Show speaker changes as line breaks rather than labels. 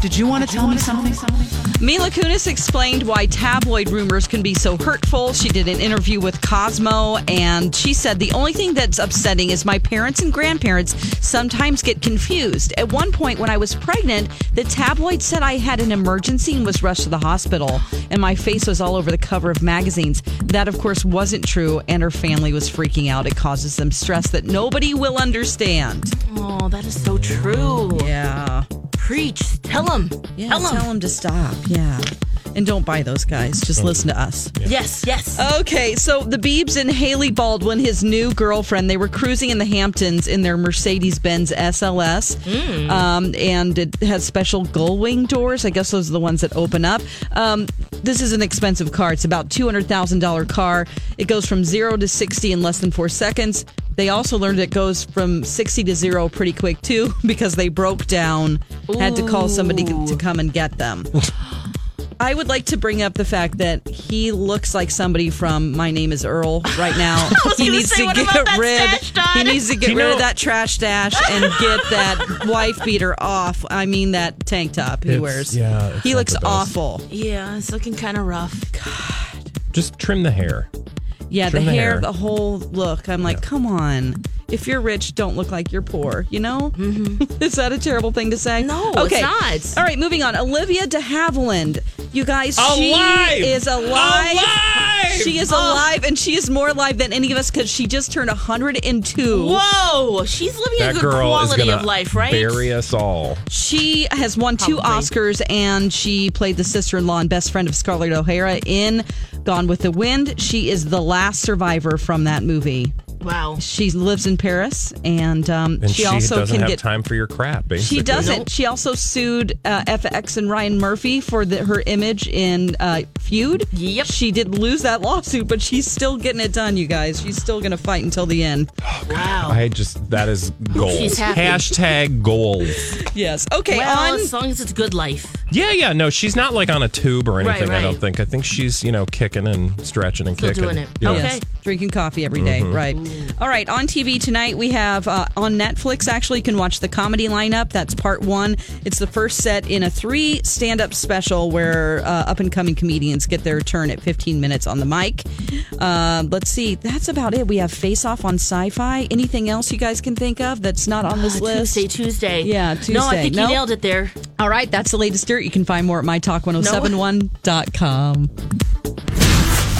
Did you want to tell me something?
Mila Kunis explained why tabloid rumors can be so hurtful. She did an interview with Cosmo and she said, The only thing that's upsetting is my parents and grandparents sometimes get confused. At one point, when I was pregnant, the tabloid said I had an emergency and was rushed to the hospital, and my face was all over the cover of magazines. That, of course, wasn't true, and her family was freaking out. It causes them stress that nobody will understand.
Oh, that is so true.
Yeah.
Preach. Tell them.
Yeah,
tell them.
tell them to stop. Yeah. And don't buy those guys. Just listen to us.
Yes, yes.
Okay, so the Biebs and Haley Baldwin, his new girlfriend, they were cruising in the Hamptons in their Mercedes Benz SLS. Um, and it has special gull wing doors. I guess those are the ones that open up. Um, this is an expensive car. It's about $200,000 car. It goes from zero to 60 in less than four seconds. They also learned it goes from 60 to zero pretty quick, too, because they broke down, had to call somebody to come and get them. I would like to bring up the fact that he looks like somebody from My Name Is Earl right now. he needs
say,
to
what
get
about that
rid.
stash, Don?
He needs to get
You
rid of
know-
that trash stash and get that wife beater off. I mean that tank top he
It's-
wears.
yeah, it's
he
not
looks
the best.
awful.
yeah, it's looking kind of rough.
Just trim the hair.
Yeah,
Trim
the
the
hair,
hair.
the whole look. I'm like, come on. If you're rich, don't look like you're poor. You know, is that a terrible thing to say?
No, it's
okay.
not.
All right, moving on. Olivia De Havilland, you guys,
Alive!
she is alive.
Alive!
She is alive, and she is more alive than any of us because she just turned 102.
Whoa, she's living a
That
good
girl is
quality
gonna
of life, right?
bury us all.
She has won two Oscars and she played the sister in law and best friend of Scarlett O'Hara in Gone with the Wind. She is the last survivor from that movie.
Wow.
She lives in Paris and, um,
And
she,
she,
also
doesn't
can
have
get.
time for your crap. Basically.
She doesn't. She also sued uh, FX and Ryan Murphy for the, her image in uh, Feud.
Yep.
She did lose that lawsuit, but she's still getting it done, you guys. She's still going to fight until the end.
Wow.
I just that is goals.
She's happy.
Hashtag goals.
Yes. Okay.
well,
on
as long as it's good life.
Yeah, yeah. No, she's not like on a tube or
Right,
anything. I don't
right.
think. I think she's you know kicking and stretching and
Still
kicking.
doing it.
Yeah.
Okay.
Yes, drinking coffee every day, Right. All right. On TV tonight, we have uh, on Netflix. Actually, you can watch the comedy lineup. That's part one. It's the first set in a three stand-up special where uh, up-and-coming comedians get their turn at 15 minutes on the mic. Uh, let's see. That's about it. We have Face Off on Sci-Fi. Anything else you guys can think of that's not on this list?
Tuesday, Tuesday.
Yeah,
No, I
Tuesday.
think
No?
you nailed it there.
All right. That's the latest dirt. You can find more at mytalk1071.com.